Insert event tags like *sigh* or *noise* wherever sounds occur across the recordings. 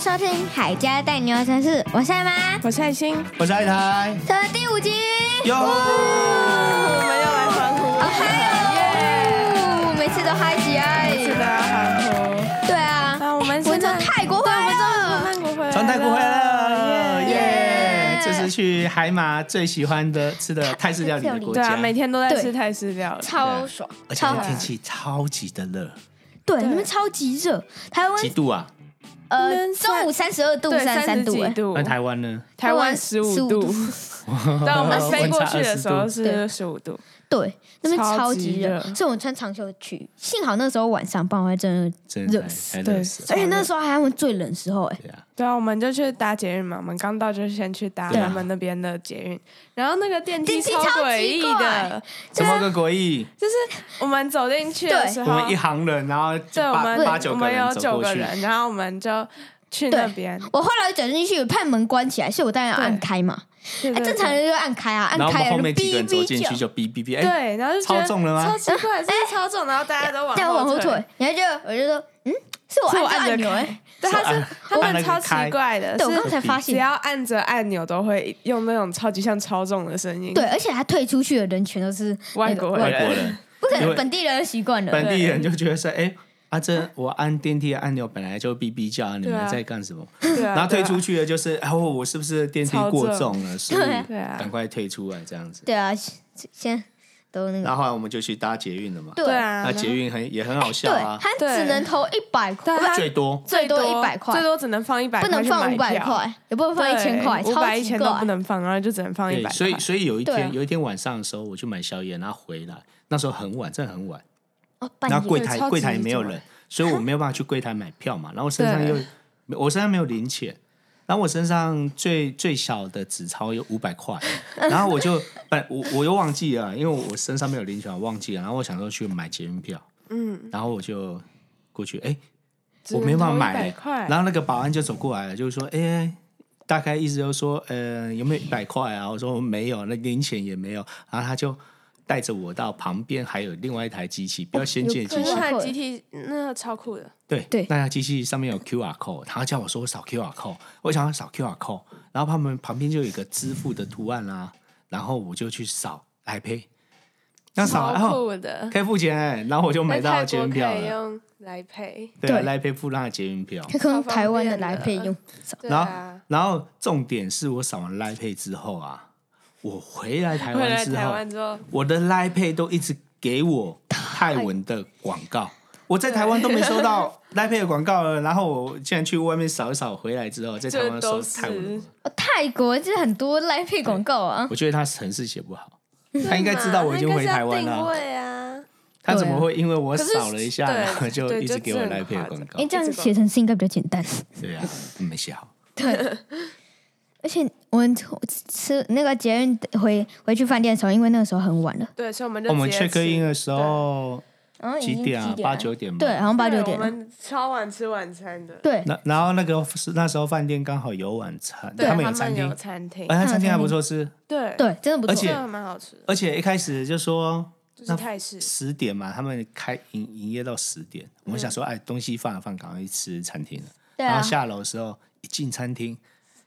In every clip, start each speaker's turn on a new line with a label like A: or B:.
A: 收听《海家带你游城市》，我是艾妈，
B: 我是爱心，
C: 我是爱台，
A: 这是第五集。
C: 哟，
B: 我们要来欢呼
A: 哦嗨哟！每次都嗨起来。
B: 一次都要欢呼。
A: 对啊，
B: 那我们
A: 我们从
B: 现在
A: 泰国回
B: 对，我
A: 来
B: 们
A: 了。
B: 从泰国回来了，
C: 从泰国回来了，
A: 耶
C: 耶！这是去海马最喜欢的吃的泰式料理的国
B: 对啊，
C: 家，
B: 每天都在
A: 对
B: 吃泰式料理，
A: 超爽，
C: 啊而且
A: 超
C: 它天气超级的热，
A: 对，
B: 对
A: 你们超级热，台湾
C: 几度啊？
A: 呃
B: 嗯
A: 中午三十二度，
B: 对，
A: 三十
B: 三
A: 三
B: 十
A: 度，
B: 几
A: 哎，
B: 度
C: 那，台湾呢？
B: 台湾十五
A: 15
B: 度
A: 度，
C: *laughs*
B: 但我们
C: 温
B: 飞过
C: 差
B: 去的
C: 20
B: 时候
C: 度
A: 对
B: 是十五度，
A: 对，那边超级热
B: 超级，热
A: 所以我穿长袖去。幸好那时候晚上，不然我还真的，
C: 真的
A: 热死
C: 太
B: 对
C: 热死了，
A: 而且那时候还是他们最冷的时候，哎，
C: 对啊，
B: 对啊，我们就去搭捷运嘛，我们刚到就先去搭
C: 对啊
B: 他们那边的捷运，然后那个电梯
A: 电梯
B: 超
A: 超
B: 诡
A: 级
B: 异
A: 怪
B: 的，
C: 怎么个国意？
B: 我们走进去的
A: 对
B: 时
C: 我
B: 候，
C: 们一行人，然后
B: 对，我
C: 八
B: 们
C: 八九
B: 我
C: 个
B: 们有
C: 人走
B: 九
C: 过
B: 个
C: 去，
B: 人，然后我们就去
A: 对
B: 那边，
A: 我后来走进去，把门关起来，所以我当然要按开嘛。
B: 对
A: 哎，
B: 对
A: 正常人就按开啊，按
C: 然后我
A: 开
C: 们
A: 了
C: 后
A: 就
C: 面几个人
A: 哔
C: 走
A: 哔
C: 进去
A: 叫，
C: 就哔哔哔，哎，
B: 对，然后就觉
C: 超
B: 得
C: 重了吗哎
B: 超奇怪，是不是超重，然后大家都往
A: 再往后退
B: 退，，
A: 然后就我就说，嗯，是我
B: 是我
A: 按
B: 按
A: 着
B: 着
A: 按钮，
B: 开
A: 哎，
B: 对，他
C: 按
B: 是他
C: 啊按
B: 们
C: 那个
B: 超奇
C: 开
B: 怪的，
A: 对我刚
B: 是啊
A: 刚才发
B: 只
A: 现，
B: 要按着按钮都会用那种超级像超重的声音，
A: 对，，而且他退出去的人全都是
B: 外
A: 那个
B: 国
C: 外
B: 人
C: 国人，
A: 不可
C: 因
A: 能
C: 为
A: 本地人习惯了，
C: 本地人就觉得说，哎。啊，这我按电梯的按钮本来就哔哔叫，你
B: 对
C: 们
B: 啊
C: 在干什么？
B: 对啊，
C: 然后退
B: 对啊
C: 出去的就是， *laughs* 哦，我是不是电梯过重了？所以
A: 对啊
B: 对啊
C: 赶快退出来这样子。
A: 对啊，先先都那
C: 然
A: 个，
C: 后后来我们就去搭捷运了嘛，
B: 对
A: 对
B: 啊，
C: 那捷运很也很好笑
A: 对，
C: 啊，
A: 他
B: 对
A: 只能投一百块
B: 对，啊
C: 最多
A: 最多100块
B: 最多只能放一百，
A: 不能放五百，块，也不能放一千块，
B: 五
A: 超
B: 百一
A: 级
B: 千都不
A: 怪。
B: 能放，然后就只能放一
C: 对
B: 百，，
C: 所以所以有一
A: 对啊
C: 天有一天晚上的时候，我去买宵夜，然后回来，那时候很晚，真的很晚，
A: 哦，半
C: 然后
A: 夜
C: 柜台
B: 超级
C: 柜台也没有人
B: 晚，
C: 所以我没有办法去柜台买票嘛，然后身上又
B: 对
C: 我身上没有零钱。然后我身上最最小的纸钞有五百块，然后我就本我我又忘记了，因为我身上没有零钱，我忘记了。然后我想说去买捷运票，
B: 嗯，
C: 然后我就过去，哎，
B: 只
C: 我
B: 能
C: 没办法买、
B: 投100块，
C: 然后那个保安就走过来了，就是说，哎、大概意思就是说，呃，有没有一百块啊？我说没有，那零钱也没有。然后他就带着我到旁边还有另外一台机器，比较先进的
A: 有可
C: 机器
A: 能，
B: 那台集体那个超酷的，
C: 对
A: 对
C: 那台机器上面有 QR code，他叫我说我扫 QR code，我想要扫 QR code，然后他们旁边就有一个支付的图案啦、啊然后我就去扫 iPay，那扫然
B: 超
C: 后
B: 酷的，
C: 可以付钱、欸，然后我就买到
B: 在泰
C: 捷
B: 国
C: 运票
B: 可以
C: 了，
B: 用来配，
C: 对啊，
A: 对
C: 来 pay 付那捷运票。
A: 可以用台湾的来配用，
B: 对
C: 然后
B: 啊，
C: 然后重点是我扫完 Line Pay 之后啊，我回来台
B: 回
C: 湾
B: 来
C: 之
B: 台
C: 后，
B: 湾之后，
C: 我的 Line Pay 都一直给我泰文的广告，我在台湾都没
B: *laughs*
C: 收到 Line Pay 的广告了。然后我竟然去外面扫一扫，回来之后在台湾
B: 这
C: 收
B: 都是
C: 泰文的广告，
A: 哦泰国就是很多来配广告啊，
C: 我觉得他城市写
B: *laughs*
C: 不好，他应该知道我已经
B: 那啊应该
C: 回
B: 是要
C: 台湾
B: 定
C: 了，
B: 位啊，
C: 他怎么会因为我
B: 可是
C: 扫了一下，
B: 对
C: 然后就
B: 对
C: 一直给我
B: 就真的
C: Line Pay
B: 很
C: 的
B: 夸
C: 广
B: 张
C: 告
A: 哎，？这样写成是应该比较简
B: *laughs*
A: 单。
C: 对啊，没写好。
A: 对，而且我们吃那个捷运回回去饭店的时候，因为那个时候很晚了，
B: 对，所以我们就
C: 我们
B: 直接
C: check
B: 吃
C: in 的时候
A: 然
B: 哦
A: 后已
C: 几
A: 经
C: 点啊？八九点吗？
A: 对，好像八九
B: 对
A: 点
B: 我
A: 了，
B: 们超晚吃晚餐的，
A: 对，
C: 那然后那个是那时候饭店刚好有晚餐，
B: 对，
C: 他
B: 他
C: 们
B: 们
C: 有餐厅
B: 有，嗯餐厅，
C: 哎，他餐厅还不错吃，
B: 对，
A: 对，真的不错，
C: 而且
B: 这样蛮好吃的，
C: 而且一开始就说
B: 就是泰式，
C: 十点嘛，他们开营营业到十点，我们想
B: 嗯
C: 说，哎，东西放了放，赶快去吃餐厅了。
A: 对
C: 然
A: 啊
C: 后，下楼的时候，一进餐厅，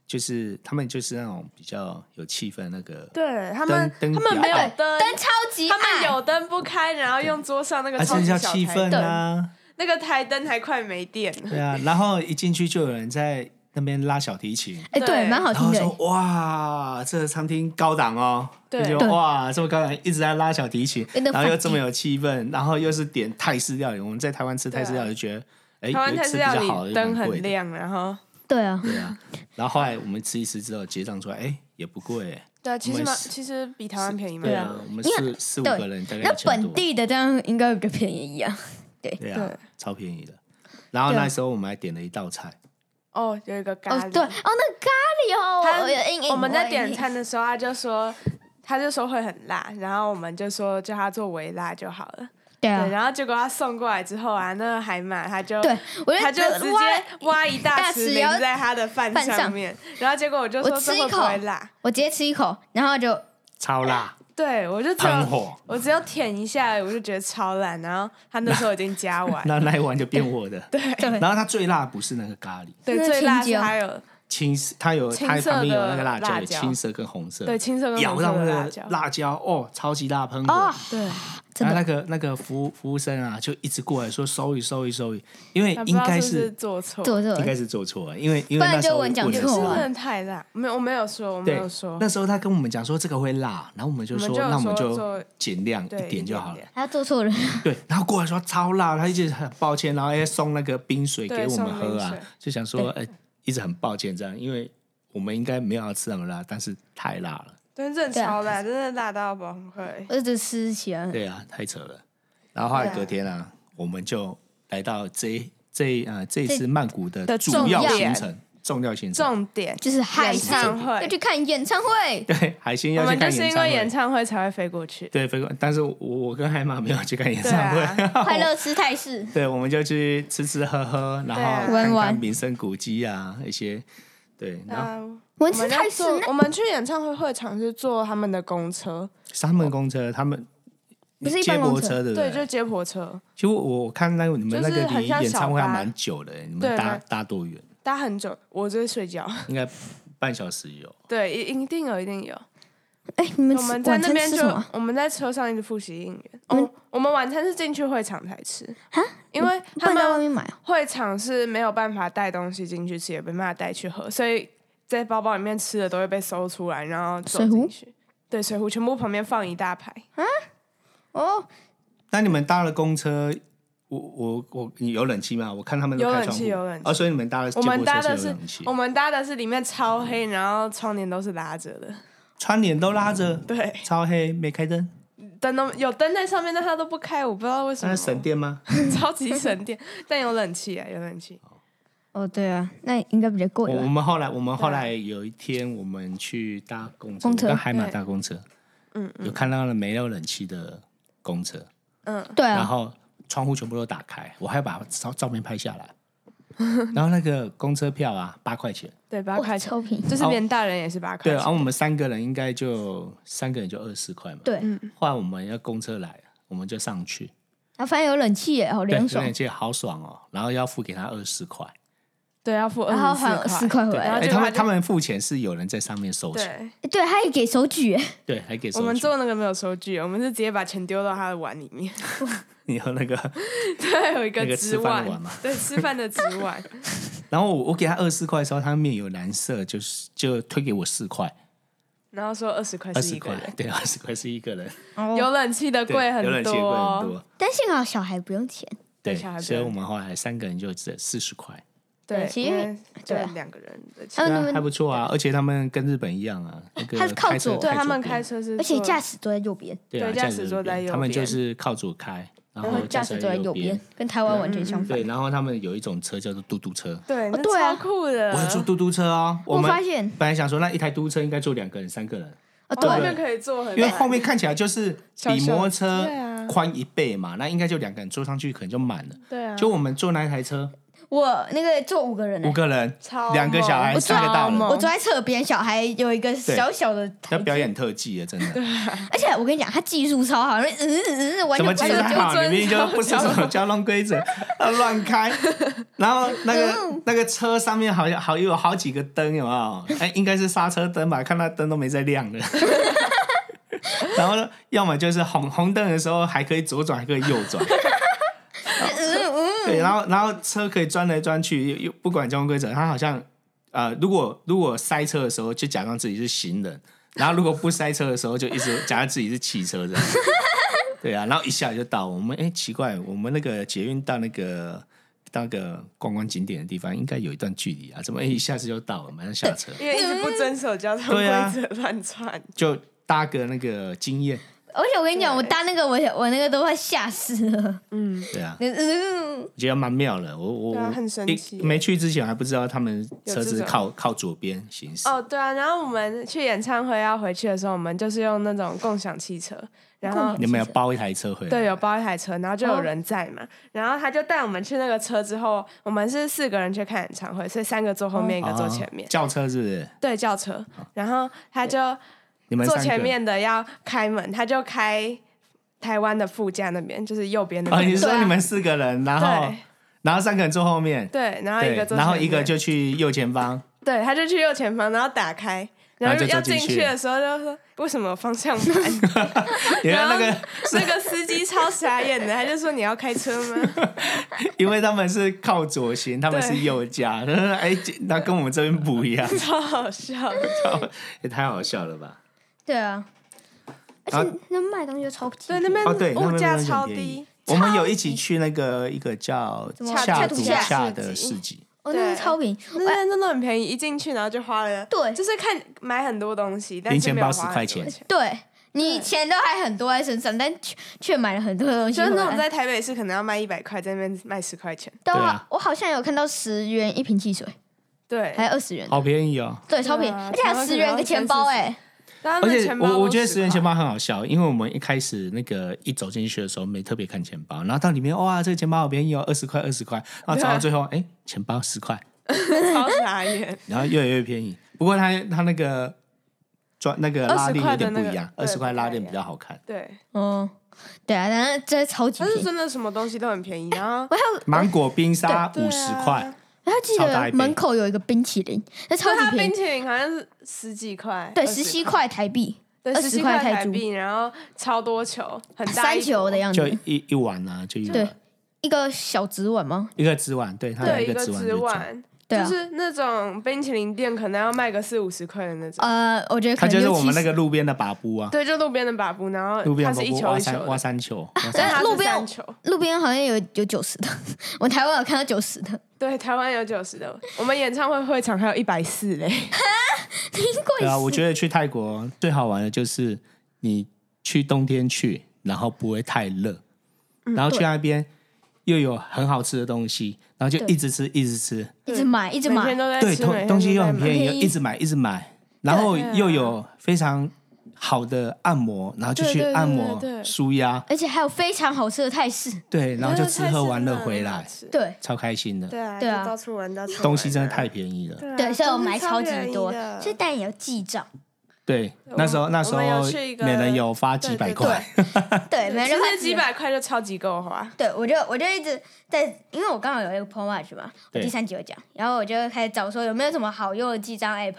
C: 就是他们就是那种比较有气氛的那个，
B: 对他们，
C: 灯哎
B: 他们没有
C: 比较
B: 灯，
A: 灯超级
B: 他们
A: 暗，
B: 有灯不开，然后用桌上那个
C: 啊，
B: 超
C: 这
B: 级
C: 叫
B: 小
C: 气
B: 台
C: 氛
B: 灯
C: 啊，
B: 那个台灯还快没电了。
C: 对啊。然后一进去就有人在那边拉小提琴，
A: 哎，对，
B: 对
A: 蛮好
C: 然
A: 听
C: 后
A: 的
C: 说，哇，这个餐厅高档哦，
B: 对
C: 就觉
A: 对
C: 得哇，这么高档，一直在拉小提琴，
A: 有点
C: 然后又
A: 反
C: 这么有气氛，然后又是点泰式料理。我们在台湾吃泰式料理，就觉得哎，
B: 啊台湾
C: 有
B: 泰
C: 吃
B: 式
C: 比较
B: 料
C: 好的，
B: 理灯
C: 蛮贵
B: 很
C: 的。
B: 亮，然后
A: 对啊，
C: 对啊， *laughs* 然后后来我们吃一吃之后结账出来，哎，也不贵，
B: 对啊，其实
C: 我们
B: 蛮
C: 是
B: 其实比台湾便宜嘛。
C: 对啊，我们四四五
A: 对
C: 个人大概
A: 那
C: 一千
A: 本
C: 多，
A: 地的这样应该有个便宜啊，
C: 对啊
B: 对，
C: 超便宜的。然后
A: 对啊
C: 那时候我们还点了一道菜，
B: 哦，有一个咖
A: 哦，
B: 喱。
A: 对，哦，那咖喱哦，
B: 他
A: 我有阴影。
B: 我们在点
A: 餐，
B: 餐的时候，他就说他就说会很辣，然后我们就说叫他做微辣就好了。
A: 对
B: 对，
A: 啊，
B: 然后结果他送过来之后啊，那个海马他就
A: 对，我
B: 他就直接挖一大
A: 大匙
B: 匙
A: 要
B: 淋在他的饭
A: 饭上
B: 上面，然后结果我就说
A: 我吃
B: 这
A: 一
B: 会不
A: 口
B: 会辣？
A: 我直接吃一口，然后就哦
C: 超辣，
B: 对我就只
C: 喷
B: 有
C: 火，
B: 我只有舔一下，我就觉得超烂。然后他那时候已经加完，
C: 那那一碗就变我的。对，
A: 对
C: 然后它最辣不是那个咖喱，
B: 对，
A: 那
B: 最辣
A: 青
B: 是
A: 椒
B: 还有
C: 青色它有
B: 青
C: 它
B: 色
C: 旁边有那个
B: 的
C: 辣椒，
B: 辣
C: 有
B: 椒
C: 青色跟红色，
B: 对青色跟
C: 咬
B: 红
C: 到
B: 色
C: 那
B: 的
C: 个
B: 辣椒，
C: 辣椒哦，超级辣喷火。
A: 哦，
B: 对，
A: 真
C: 然
A: 的
C: 后那个那个服务服务生啊，就一直过来说 sorry sorry sorry，因为
B: 但不知
C: 应
B: 道
C: 该
B: 是不是做错，
A: 做这
C: 应该
A: 个
C: 是做错了，因为因
A: 不
C: 为
A: 然
C: 那时候
A: 就我讲
C: 问的
A: 错
C: 是
B: 是
A: 了
B: 不是太辣？没有，我没有说，我没
C: 对
B: 有说，，
C: 那时候他跟我们讲说这个会辣，然后我们就
B: 我们
C: 说
B: 就有
C: 那我们
B: 说
C: 就
B: 做
C: 减量
B: 对
C: 一点就好了。
B: 点
A: 他做错了，
C: 对，然后过来说超辣，他一直很抱歉，然后哎送那个冰水
B: 对
C: 给我们
B: 送
C: 喝
B: 冰
C: 啊
B: 水，
C: 就想说哎一直很抱歉这样，因为我们应该没有要吃那么辣，但是太辣了，
B: 但是真
A: 对
B: 的
A: 啊
B: 超辣，真的辣到崩溃。
A: *laughs* 我只吃起来了。
C: 对啊，太扯了。然后后来
B: 对啊
C: 隔天啊，我们就来到这一这一呃这一
A: 这
C: 次曼谷的
B: 的
C: 主
B: 重
C: 要
B: 要
C: 行程，重要行程。
B: 重点
A: 就是海
B: 演
A: 上
B: 唱会
A: 要去看演唱会，
C: 对，海星
B: 我
C: 要去
B: 们就
C: 看
B: 是
C: 演
B: 因
C: 唱
B: 为演
C: 会。
B: 唱会才会飞过去。
C: 对，飞过，但是我我跟海马没有去看演
B: 对
C: 唱会，
B: 啊，
A: 快乐吃泰式，
C: *laughs* 对，我们就去吃吃喝喝，然
B: 对啊
C: 后看
A: 玩玩
C: 看名胜古迹啊一些，对，然后
B: 嗯，
A: 我
B: 我
A: 吃
B: 们
A: 泰
B: 在
A: 式
B: 坐
A: 那
B: 我们去演唱会会场是坐他们的公车，
C: 他们公车，他们
A: 不是一
C: 接
A: 般公
C: 驳
A: 车
C: 车，对不
B: 对，就接驳车，
C: 其实我我看那个你们
B: 就
C: 那个
B: 是很
C: 离
B: 像
C: 演
B: 小
C: 唱会还
B: 巴
C: 蛮久的，你们
B: 对
C: 搭
B: 蛮
C: 搭多远？
B: 搭很久，我就是睡 *laughs* 觉。
C: 应该半小时有。
B: 对，一一定有，一定有。
A: 哎，你们
B: 我
A: 吃
B: 们在
A: 晚
B: 那
A: 餐
B: 边
A: 吃
B: 就
A: 什么？
B: 我们在车上一直复习应援。
A: 你们
B: 哦，我们晚餐是进去会场才吃
A: 哈，
B: 因为
A: 不
B: 他
A: 能在外
B: 们
A: 面买啊，
B: 会场是没有办法带东西进去吃，也没办法带去喝，所以在包包里面吃的都会被搜出来，然后走
A: 水壶
B: 进去。对，水壶全部旁边放一大排，
A: 哦，
C: 那你们搭了公车，我我我你有冷气吗？我看他们都
B: 有
C: 开
B: 冷
C: 窗户，
B: 气有冷气
C: 哦，所以你们搭的接
B: 我们
C: 驳
B: 搭
C: 车
B: 的
C: 是有
B: 是
C: 冷气
B: 我，们搭的是里面超黑，然后窗帘都是拉着的，
C: 窗帘都拉着，
B: 对，
C: 超黑，没开灯，
B: 灯都有灯在上面，但它都不开，我不知道为什
C: 那
B: 么，
C: 是省电吗？
B: *laughs* 超级省电，但有冷气啊，有冷气，
A: 哦，对啊，那应该比较贵
C: 我我
A: 吧？
C: 们后来，我们
B: 对
C: 后
B: 啊
C: 来有一天，我们去搭公车，
A: 公车
C: 我跟海马
B: 对
C: 搭公车，
B: 嗯
C: 有看到了没有冷气的公车，
B: 嗯，
A: 对
C: 然
A: 啊，
C: 后窗户全部都打开，我还把照照片拍下来。 *laughs* 然后那个公车票啊，八块钱，
B: 对，八
A: 哇，
B: 块钱，
A: 超便宜，
B: 就是
C: 哦
B: 连大人也是八块
C: 对，然啊
B: 钱，
C: 后我们三个人应该就三个人就二十四块嘛。
A: 对，
C: 后来我们要公车来了，我们就上去，
A: 啊，反正有冷气耶，好
C: 对，
A: 凉
C: 有
A: 爽
C: 点，记好爽哦。然后要付给他二十块，
B: 对，要付
A: 然后还
B: 24
A: 十，块回
C: 对，
A: 来
B: 后，
C: 哎，
B: 就
C: 他
B: 他
C: 们
B: 就
C: 他们付钱是有人在上面收钱，
B: 对，
A: 对，他也给手举耶，
C: 对，还给收
B: 我们
C: 据
B: 做那个没有收据，我们是直接把钱丢到他的碗里面，
C: 你有那个
B: 对，有一
C: 那个吃
B: 纸
C: 饭的碗吗
B: 对，吃饭的纸碗， *laughs*
C: 然后我我给他二十块的时候，他面有蓝色，就是就推给我四块，
B: 然后说二十块
C: 二
B: 是
C: 十
B: 一个
C: 块 *laughs*
B: 人，，
C: 对，二十块是一个
B: *laughs*
C: 人，
A: 哦
B: 有冷气的
C: 对
B: 贵
C: 有
B: 很
C: 冷气也贵很
B: 多，
C: 多，
A: 但幸好小孩不用钱，
C: 对，
B: 小孩不
C: 所以
B: 要
C: 我们后来三个人就只四十块，
A: 对其实
B: 因为就
A: 对啊
B: 两个人的
A: 他
B: 钱，
C: 对
A: 们
C: 啊
A: 那
C: 还
A: 边
C: 不错啊，而且他们跟日本一样啊，那个
A: 他是靠
C: 开车
A: 左
B: 对
C: 开
B: 他们
C: 左边
B: 开车是坐，
A: 而且驾驶座在右边，
C: 对啊
B: 对驾驶座在
C: 右边
B: 右
C: 他们就
B: 边
C: 是靠左开，然
A: 然后
C: 后
A: 嗯驾驶座在右
C: 边嗯
A: 边，，跟台湾完全相反
C: 对，。然后他们有一种车叫做嘟嘟车，
B: 对，那
A: 对啊
B: 超酷的，
C: 我有坐嘟嘟车哦，
A: 我
C: 们
A: 发现
C: 本来想说那一台嘟嘟车应该坐两个人、三个人，
A: 啊，
B: 哦
A: 对
B: 那可以坐很
C: 因为
B: 满，
C: 后面看起来就是比
B: 啊小小
C: 摩托车
B: 对啊
C: 宽一倍嘛，那应该就两个人坐上去可能就满了。
B: 对啊，
C: 就我们坐那一台车，
A: 我那个坐五个人呢
C: 五，个人
B: 嗯超，
C: 两个小孩，
B: 猛
C: 三个大
B: 我
C: 人，
B: 超
A: 我坐在侧边，小孩有一个小小的台
C: 要表
A: 阶，
C: 演特技了，真的。
A: 而且我跟你讲，他技术超好，那嗯嗯嗯嗯，完
C: 什么
A: 全
C: 技
A: 不
C: 术
A: 是
B: 就
C: 好？
B: 遵
C: 你明明就不守什么交通规则，要
B: *laughs*
C: 乱开。然后那
B: 嗯
C: 个那个车上面好像好有好几个灯，有没
B: *laughs*
C: 有？哎，应该是刹车灯吧？看那灯都没在亮了。然后呢，要么就是红红灯的时候还可以左转，还可以右转。
A: 嗯
B: 嗯
C: 对，然后然后车可以钻来钻去，又又不管交通规则，他好像呃，如果如果塞车的时候就假装自己是行人，然后如果不塞车的时候就一直假装自己是汽车这样。对啊，然后一下就到我们，哎，奇怪，我们那个捷运到那个到那个观光景点的地方，应该有一段距离啊，怎么哎一下子就到了？马上下车，
B: 因为一直不遵守交通
C: 对啊
B: 规则乱窜，
C: 就搭个那个经验，
A: 而且我跟你讲，我搭那个我我那个都快吓死了，
B: 嗯，
C: 对啊，
A: 嗯嗯，
C: 我觉得蛮妙的。我我
B: 对啊
C: 我
B: 很神
C: 一
B: 奇
C: 没去之前还不知道他们
B: 有
C: 车
B: 这
C: 子是
B: 种
C: 靠靠左边行驶。
B: 哦，对啊，然后我们去演唱会要回去的时候，我们就是用那种共享汽车，然
A: 共
B: 后
A: 享
C: 你们有包一台车回来？
B: 哦
C: 哦
B: 对有包一台车，然后就有人在嘛，然后他就带我们去那个车之后，我们是四个人去看演唱会，所以三个坐后面，一个坐前面
C: 哦，轿车是不是？
B: 对，轿车，然后他就
C: 你啊们
B: 坐
C: 三个
B: 前面的要开门，他就开台湾的副驾那边，就是右边的
C: 啊、
B: 边。
C: 你是
B: 对
C: 说
B: 啊
C: 你们四个人，然后
B: 对
C: 然后三个人坐后面，
B: 对，然后一
C: 对
B: 个，坐前面，
C: 然后一个就去右前方，
B: 对，他就去右前方，然后打开，
C: 然
B: 然
C: 后
B: 后
C: 就
B: 要
C: 坐进
B: 进
C: 去
B: 去的时候就说为什么有方向
C: *laughs*
B: 盘？
C: 你看
B: 然
C: 那
B: 后
C: 个， *laughs*
B: 那个司机超傻眼的，他就说你要开车吗？
C: 因为他们是靠左行，他们是
B: 对
C: 右驾， *laughs* 哎，那跟我们这边不一
B: *laughs*
C: 样，
B: 超好笑。
C: 也哎太好笑了吧？
A: 对啊，
C: 啊
A: 而且那卖东西就超级
B: 对，那边
C: 哦，对，
B: 物
C: 那
B: 价
C: 边
B: 超
C: 很便宜
B: 低，。
C: 我们有一起去那个一个叫
A: 怎么
C: 恰
A: 恰
C: 祖
A: 图恰
C: 恰
B: 市
C: 的
B: 集
C: 市集，
A: 哦，那
B: 对
A: 个超便宜，哎
B: 那边真的很便宜，一进去然后就花了，
A: 对
B: 就是看买很多东西，但
C: 零
B: 是
C: 钱
B: 没有
C: 包
B: 花
C: 10
B: 很多
C: 块钱
A: 对你钱都还很多在身上，但却却买了很多东西
B: 就
A: 回
B: 是
A: 来。
B: 那种在台北市可能要卖一百块，在那边卖十块钱，
A: 对
C: 对
A: 啊
C: 啊，
A: 我好像有看到十元一瓶汽水，
B: 对，
A: 还有二十元的，
C: 好便宜哦。
A: 对，超便宜，
B: 对啊
A: 而且还
B: 台
A: 有
B: 湾
A: 十元一个钱包
B: 可能
A: 哎、
B: 然后
C: 而
B: 那
C: 且
B: 钱包
C: 我我
B: 都
C: 觉得
B: 10
C: 十元钱
B: 块
C: 包很好笑，因为我们一开始那个一走进去的时候没特别看钱包，然后到里面哇，这个钱包好便宜哦，二十块二十块，然后找到最后哎，钱包十块，
B: 超傻眼，
C: 然后越来越便宜。不过它它那个转那个拉链有点不一样
B: 20块的那个，
C: 二
B: 对
C: 十块拉链
B: 不
C: 比
B: 太一样
C: 较好看。
A: *laughs*
B: 对，
A: 哦，对啊，但是真的超级
B: 但
A: 便
B: 是
A: 宜。
B: 真的什么东西都很便宜，然后
A: 我还有
C: 芒果冰沙
B: 对啊
C: 五十块，
A: 我还记
C: 超大
A: 得
C: 一杯
A: 门口有一个冰淇淋，那 *laughs* 超
B: 对
A: 级
B: 它
A: 便
B: 冰
A: 宜，
B: 淇淋好像是十几块，
A: 对，
B: 20
A: 十七块台币，
B: 对
A: 20
B: 十七
A: 块
B: 块
A: 台
B: 台
A: 铢
B: 币，然后超多球，很大
A: 三
B: 一
A: 球的
B: 坨
A: 样
C: 就
A: 子，
C: 一一碗啊，就一
A: 对
C: 碗，
A: 一个小纸碗吗？
C: 一个纸碗，对，它有
B: 对，一
C: 个
B: 个
C: 纸碗
B: 纸
C: 就装。
B: 碗，
A: 对
B: 就
A: 啊，
B: 是那种冰淇淋店可能要卖个四五十块的那种，
A: 呃，我觉得
C: 它
A: 可能
C: 就是
A: 六
C: 我
A: 七
C: 们那
A: 十，
C: 个路边的把布啊，
B: 对，就路边的把布，然后
C: 路边
B: 它
C: 的
B: 是一
C: 把布
B: 球
C: 挖
B: 一球
C: 三挖
B: 的，
C: 三球，挖
B: 但
C: 三
B: 是它
A: 路
B: 是
A: 边
B: 三球，
A: 路边好像有有九十的， *laughs* 我台湾有看到九十的， *laughs*
B: 对，台湾有九十的，我们演唱会会场还有一百四嘞，
A: 听过一
C: 对啊，
A: 次
C: 我觉得去泰国最好玩的就是你去冬天去，然后不会太热，
B: 嗯
C: 然后去
A: 对
C: 那边又有很好吃的东西，然后就
A: 对
C: 一直吃一直吃，
A: 一直买一直
B: 每
A: 买
B: 天，都在
C: 对，
B: 吃，每
C: 东
B: 天
C: 东西
B: 都
C: 又
B: 在
C: 很
B: 买
C: 便宜，
A: 便宜
C: 一直买一直买，然后
B: 对啊
C: 又有非常好的按摩，然后就
B: 对
C: 去
B: 对对
C: 按摩
B: 对对
C: 舒压，
A: 而且还有非常好吃的泰式，
C: 对，然后就
B: 真的
C: 吃
B: 泰
C: 喝
B: 式
C: 玩
B: 真
C: 乐
B: 的很
C: 回
B: 好
C: 来，
B: 吃
A: 对
C: 超开心的，
B: 对啊，
A: 对
B: 就
A: 啊
B: 到处玩到处玩
C: 东西真的太便宜了。
B: 对啊
A: 对，所以我买
B: 真的
A: 超级
B: 便宜
A: 多，
B: 的
A: 所以但也要记账，
C: 对，
B: 我
C: 那时候那时候
B: 我们有去一个
C: 每人有发几百块，
A: 对，每
B: 其
A: 人
B: 实
A: 看
B: 几。百块就超级够花。
A: 对，我就我就一直在，因为我刚好有一个 Pro Watch 嘛，我
C: 对
A: 第三集有讲，然后我就开始找说有没有什么好用的记账 App。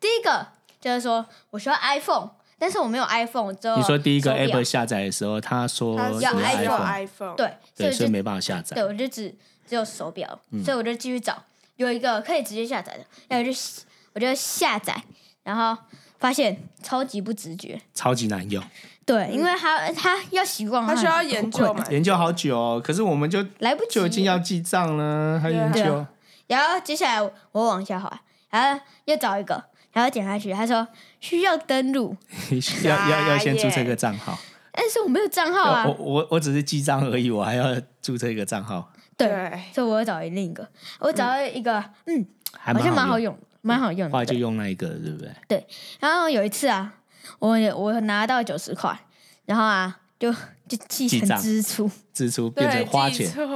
A: 第一个就是说我需要 iPhone，但是我没有 iPhone，只有
C: 你说第一个
A: 手表
C: app 下载的时候，他说
B: 它
C: 你
A: 要
B: 只
A: 有
C: 哦 iPhone，
B: iPhone，
A: 对，所以
C: 对，
A: 我
C: 所
A: 就
C: 以没办法下载
A: 对。我就只只有手表，所以我就继续找有一个可以直接下载的，然后我就我就下载，然后发现超级不直觉，
C: 超级难用，
A: 对，因为它它要习惯，
B: 它需要
A: 很
B: 研究
A: 困
B: 嘛
A: 难，
C: 研究好久、哦，可是我们就
A: 来不及
C: 就已经要记账了，还研
A: 对
C: 究
A: 啊。然后接下来我往下滑，然后又找一个，然后点下去，他说需要登录，啊
C: *laughs* 要要
B: 傻
C: 要先注册
B: 眼
C: 个账号，
A: 但是我没有账号啊
C: 我，我我只是记账而已，我还要注册一个账号，
A: 对，所以我又找另一个，我找到一个，嗯，
C: 还
A: 好
C: 蛮
A: 像蛮
C: 好嗯
A: 好，用，蛮好用
C: 后来
A: 的。
C: 就
A: 对
C: 用那一个，对不对？
A: 然后有一次啊，我我拿到九十块，然后啊就就记
C: 记账
A: 成支出，
C: 支出
B: 对，
C: 变成花
B: 记
C: 钱，
B: 错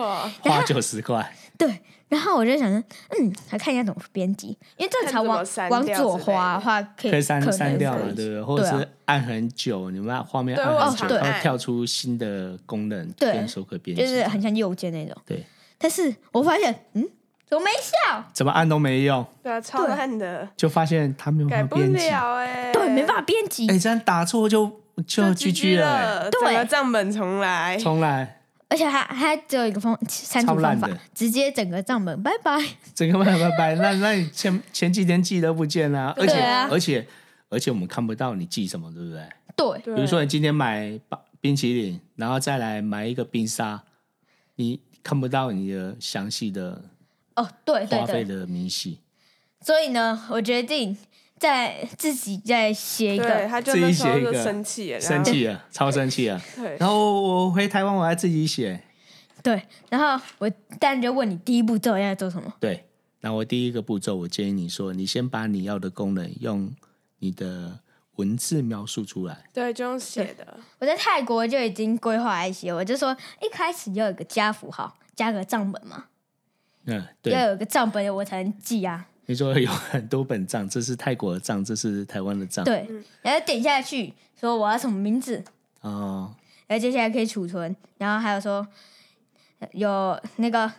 C: 花九十
A: *laughs*
C: 块，
A: 对，然后我就想着，嗯，来看一下怎么编辑，因为正常往
B: 看怎么删
A: 往
B: 掉
A: 左
B: 之类
A: 滑
B: 的
A: 的话可以
C: 可以删
A: 能
C: 删掉
A: 可
C: 了，
A: 以
C: 对不对？或者
A: 对啊
C: 是按很久，你们把画面
B: 对
C: 按很
A: 或
C: 久，
A: 者
C: 它会
B: 按
C: 跳出新的功能，
A: 对
C: 跟手可编辑，
A: 就是很像右键那种。
C: 对，
A: 但是我发现，嗯，怎么没效？
C: 怎么按都没用，
B: 对啊，超烂的，
C: 就发现它没有
B: 改
C: 办法
B: 不
C: 嗯编辑。
B: 了哎，
A: 对，没办法编辑，
C: 哎、这样打错就就
B: 就
C: GG 了、
B: 了，
A: 对
B: 整个账本重来，
C: 重来，
A: 而且还还只有一个方删除
C: 超烂
A: 方法
C: 的，
A: 直接整个账本拜拜。
C: 整个拜拜拜。那那你前前几天记都不见了、而
B: 对
C: 且、
A: 啊
C: 而且而且我们看不到你记什么，对不对？
A: 对，
B: 比
C: 比如说你今天买把冰淇淋，然后再来买一个冰沙，你看不到你的详细的
A: 哦，对对
C: 花费
A: 对，
C: 的明细，
A: 所以呢，我决定在自己再写一
B: 对，
A: 个，
B: 他就
C: 自己
B: 那时候
C: 写一
B: 就
C: 个
B: 生气了，然后
C: 生，气了，超生气了。
B: 对，
C: 然后我回台湾我还自己写，
A: 对，然后我但就问你第一步骤要做什么？
C: 对，那我第一个步骤，我建议你说，你先把你要的功能用你的文字描述出来。
B: 对，就用写的，
A: 我在泰国就已经规划一些，我就说一开始要有个加符号，加个账本嘛，
C: 嗯，对
A: 要有个账本我才能记啊。
C: 你说有很多本账，这是泰国的账，这是台湾的账，
A: 对，然后点下去说我要什么名字，
C: 哦，
A: 然后接下来可以储存，然后还有说呃有那个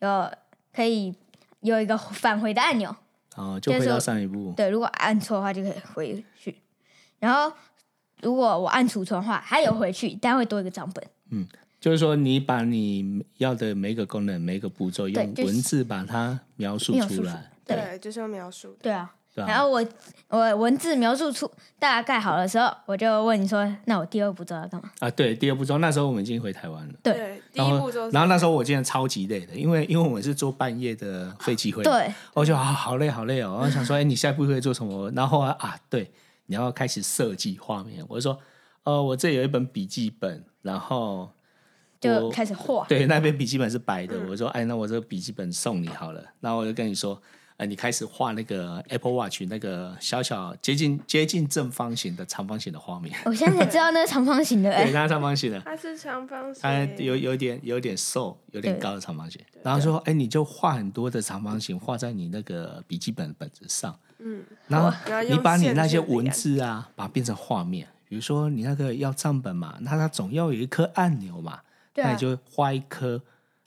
A: 有可以有一个返回的按钮，
C: 哦，就
A: 就
C: 回
A: 是
C: 到
A: 我
C: 上一步，
A: 对，如果按错的话就可以回去。然后如果我按储存的话，还有回去，但会多一个账本。
C: 就是说你把你要的每一个功能、每一个步骤
A: 对
C: 用
A: 就是
C: 文字把它描述
A: 描述出
C: 出来，
A: 对
B: 对，就是用描述的。
A: 对啊，
C: 对
A: 然
C: 吧？
A: 后我我文字描述出大概好的时候，我就问你说，那我第二步骤要干嘛？
C: 啊，对，第二步骤那时候我们已经回台湾了。
A: 对
B: 第
C: 然
B: 一
C: 后
B: 步就是，
C: 然后那时候我竟然超级累的，因为因为我们是做半夜的飞机会，，
A: 对
C: 我就啊好累好累哦，我想说，哎，你下一步会做什么？然后啊啊，对，你要开始设计画面。我就说，呃，我这里有一本笔记本，然后
A: 就
C: 我
A: 开始画。嗯
C: 对，那边笔记本是白的。我说，哎，那我这个笔记本送你好了。然后我就跟你说，呃，你开始画那个 Apple Watch 那个小小接近接近正方形的长方形的画面，
A: 我现在才知道那是长方形的，
C: 对，
A: 哎，
C: 那长方形的。
B: 它是长方形，
C: 它有有点有点瘦，有点
A: 对
C: 高的长方形，然后说，哎，你就画很多的长方形，画在你那个笔记本的本子上，
B: 嗯，
C: 然后
B: 然后
C: 你把你
B: 用线
C: 那些
B: 性的
C: 文
B: 感
C: 字啊，把它变成画面。比如说你那个要账本嘛，那它总要有一颗按钮嘛，
A: 对
C: 那
A: 啊
C: 你，就画一颗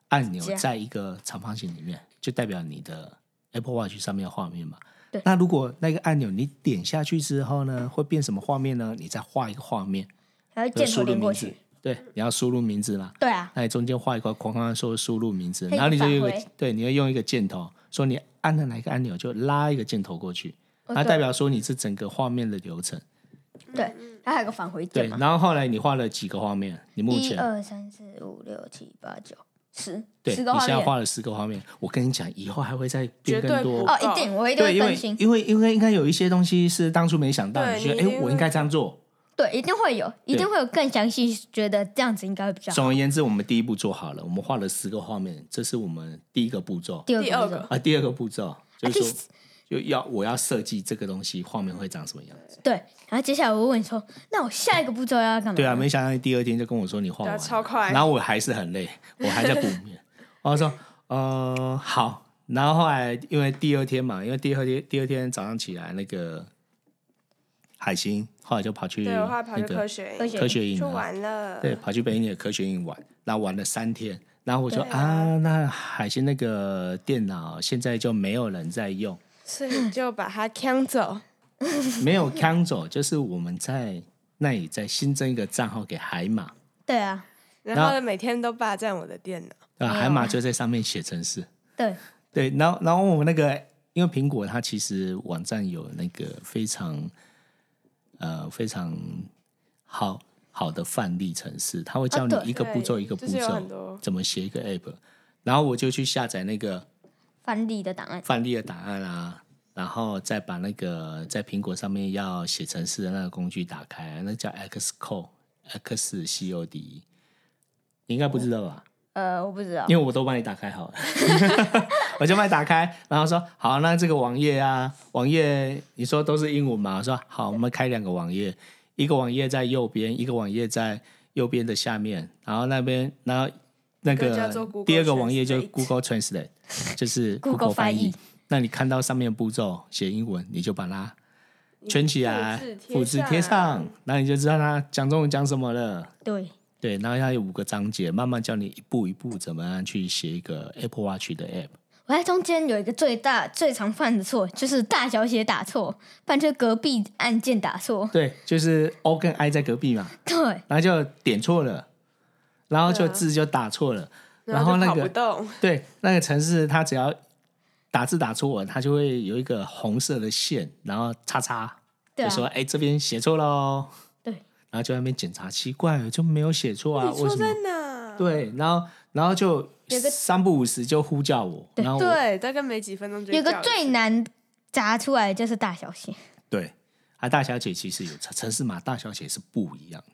C: 按钮
A: 这样
C: 在一个长方形里面，就代表你的 Apple Watch 上面的画面嘛。
A: 对
C: 那如果那个按钮你点下去之后呢，会变什么画面呢？你再画一个画面，
A: 然后
C: 就
A: 箭
C: 输
A: 头
C: 入
A: 连过
C: 名字
A: 去。。嗯
C: 对，你要输入名字嘛。
A: 对啊，
C: 那你中间画一个框框，说输入名字，
A: 可以
C: 然后你就有一
A: 返
C: 个
A: 回
C: 对，你要用一个箭头，说你按了哪一个按钮，就拉一个箭头过去，
A: 哦
C: 那
A: 对
C: 啊代表说你是整个画面的流程。
A: 对，它还有个返回
C: 对
A: 键，嗯嘛。
C: 然后后来你画了几个画面？你目
A: 一
C: 前
A: 二三四五六七八九十，
C: 对，
A: 十个
C: 你
A: 画
C: 现在
A: 面。
C: 画了十个画面。我跟你讲，以后还会再
B: 绝
C: 变
B: 对
C: 更多。
B: 不
A: 哦，一定，我一定
C: 对，
A: 会
C: 因
A: 更
C: 为
A: 新，
C: 因为因为应该有一些东西是当初没想到，
B: 对
C: 你觉
B: 你
C: 得哎
B: 一定，
C: 诶我
B: 会
C: 应该这样做。
A: 对，一定会有，一定会有更详细，觉得这样子应该会比较好。
C: 总而言之，我们第一步做好了，我们画了十个画面，这是我们第一个步骤
A: 第二
B: 第二
A: 步骤
B: 个
C: 啊。第二个步骤就是
A: 啊
C: 说，就要我要设计这个东西画面会长什么样
B: 嗯
C: 子。
A: 对，然后接下来我会问你说，那我下一个步骤要干嘛？
C: 对啊，没想到你第二天就跟我说你画完了，
B: 对啊超快
C: 然后我还是很累，我还在补
B: *laughs*
C: 眠。我说，呃，好。然后后来因为第二天嘛，因为第二天第二天早上起来，那个海星后来就跑去
B: 对，我后来
C: 嗯那
B: 跑去科
C: 个
B: 学
A: 科学嗯
C: 科学营
B: 去
C: 了，
B: 玩了，
C: 对，跑去北影的科学营玩，然后玩了三天。然后我说
B: 对
C: 啊
B: 啊
C: 那海星那个电脑现在就没有人在用，
B: 所以就把它扛走。
C: 没有 c a 走，就是我们在那里再新增一个账号给海马，
A: 对啊，
B: 然后呢，每天都霸占我的电脑。
A: 没
C: 啊，
A: 有
C: 海马就在上面写程式。
A: 对，
C: 对，然后然后我们那个，因为苹果它其实网站有那个非常呃非常好好的范例程式，它会教
A: 啊
C: 你
A: 对
C: 一个步骤
B: 对
C: 一个步
B: 就是有很
C: 骤
B: 多
C: 怎么写一个 app，然后我就去下载那个
A: 翻例的档案，
C: 范例的档案啊。然后再把那个在苹果上面要写程式的那个工具打开，那叫 Xcode，X C O D E，你应该不知道吧？
A: 呃，我不知道，
C: 因为我都帮你打开好了， *laughs* 我就帮你打开，然后说好，那这个网页啊，网页你说都是英文嘛？我说好，我们开两个网页，一个网页在右边，一个网页在右边的下面，然后那边，然后那
B: 一个叫
C: 个
B: 做 Google
C: 第二个网页就是
B: Translate
C: Google Translate，就是
A: Google
C: 翻
A: 翻
C: 译
A: 译。
C: 那你看到上面步骤写英文，你就把它圈起来，复
B: 复
C: 制
B: 制
C: 贴
B: 贴上
C: 上，那你就知道它讲中文讲什么了。
A: 对，
C: 对，然后它有五个章节，慢慢教你一步一步怎么样去写一个 Apple Watch 的 App。
A: 我在中间有一个最大最常犯的错，就是大小写打错，犯成隔壁按键打错，
C: 对，就是 O 跟 I 在隔壁嘛，
A: 对，
C: 然后就点错了，然后
B: 对
C: 就
B: 啊
C: 字就打错了，然
B: 后
C: 后
B: 就
C: 那
B: 跑不
C: 个
B: 动，
C: 对那个城市它只要打字打错了，它就会有一个红色的线，然后叉叉，
A: 对
C: 就
A: 啊，
C: 说哎这边写错喽，
A: 对，
C: 然后就在那边检查，奇怪我就没有写错 *laughs* 啊，
B: 你错
C: 为什么
B: 在？哪？
C: 对，然后然后就
A: 有个
C: 三不五时就呼叫我，然后我
B: 对，大概没几分钟就
A: 有个
B: 叫了
A: 最难砸出来的就是大小写，因
C: 对，啊，大小写其实有城市码，大小写是不一样的。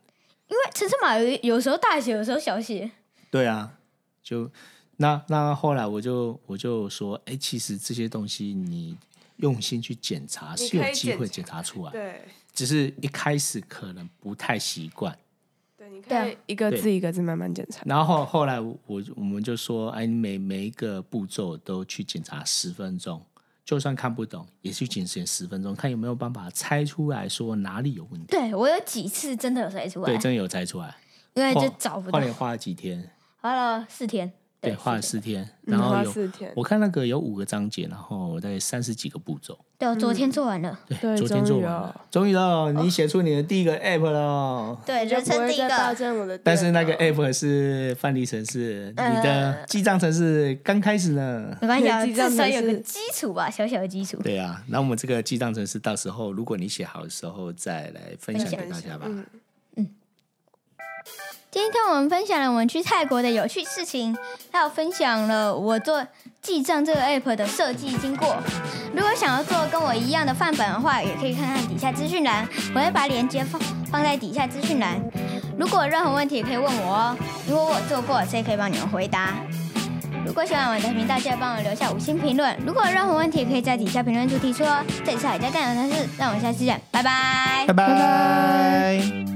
A: 为城市码有有时候大写，有时候小写，
C: 对啊，就那那后来我就我就说，哎、其实这些东西你用心去检查
B: 你
C: 是
B: 可
C: 有
B: 以
C: 机会检
B: 检
C: 查出来，
B: 对
C: 只是一开始可能不太习惯。
B: 对，你可
A: 对啊
B: 以一个
C: 对
B: 字一个字慢慢检查。
C: 然后后来我我我们就说，哎，你每每一个步骤都去检查十分钟，就算看不懂，也去谨选十分钟，看有没有办法猜出来说哪里有问题。
A: 对我有几次真的有猜出来
C: 对，，真的有猜出来，
A: 因为就
C: 画
A: 找不到，
C: 花莲花了几天？
A: 花了四天，
C: 对，花了
A: 四
C: 四天，
B: 嗯
C: 然后
B: 花
C: 有
B: 四天
C: 我看那个有五个章节，然后大概三十几个步骤。
A: 对，我昨天做完了，
B: 对
C: 昨天做完了，终于了，你写出你的第一个 app 了。
A: 对，
B: 就
A: 人
B: 不
A: 生
B: 会
A: 第一
B: 再霸
A: 个，
B: 占我的电脑。
C: 但是那个 app 是范例城市，你的记账城市刚开始呢。
A: 没关系啊，
B: 对记账
A: 至少有
B: 才
A: 个
B: 是
A: 基础吧，小小的基础。
C: 对啊，那我们这个记账城市到时候如果你写好的时候再来分享给大家吧。
B: 嗯，
A: 今天我们分享了我们去泰国的有趣事情，还有分享了我做记账这个 app 的设计经过。如果想要做跟我一样的范本的话，也可以看看底下资讯栏，我会把链接放放在底下资讯栏。如果有任何问题也可以问我哦，因为我有做过，所以可以帮你们回答。如果喜欢我的频道，记得帮我留下五星评论。如果有任何问题，也可以在底下评论处提出哦。这里是海家干的事，让我们下期见，拜拜
C: 拜。拜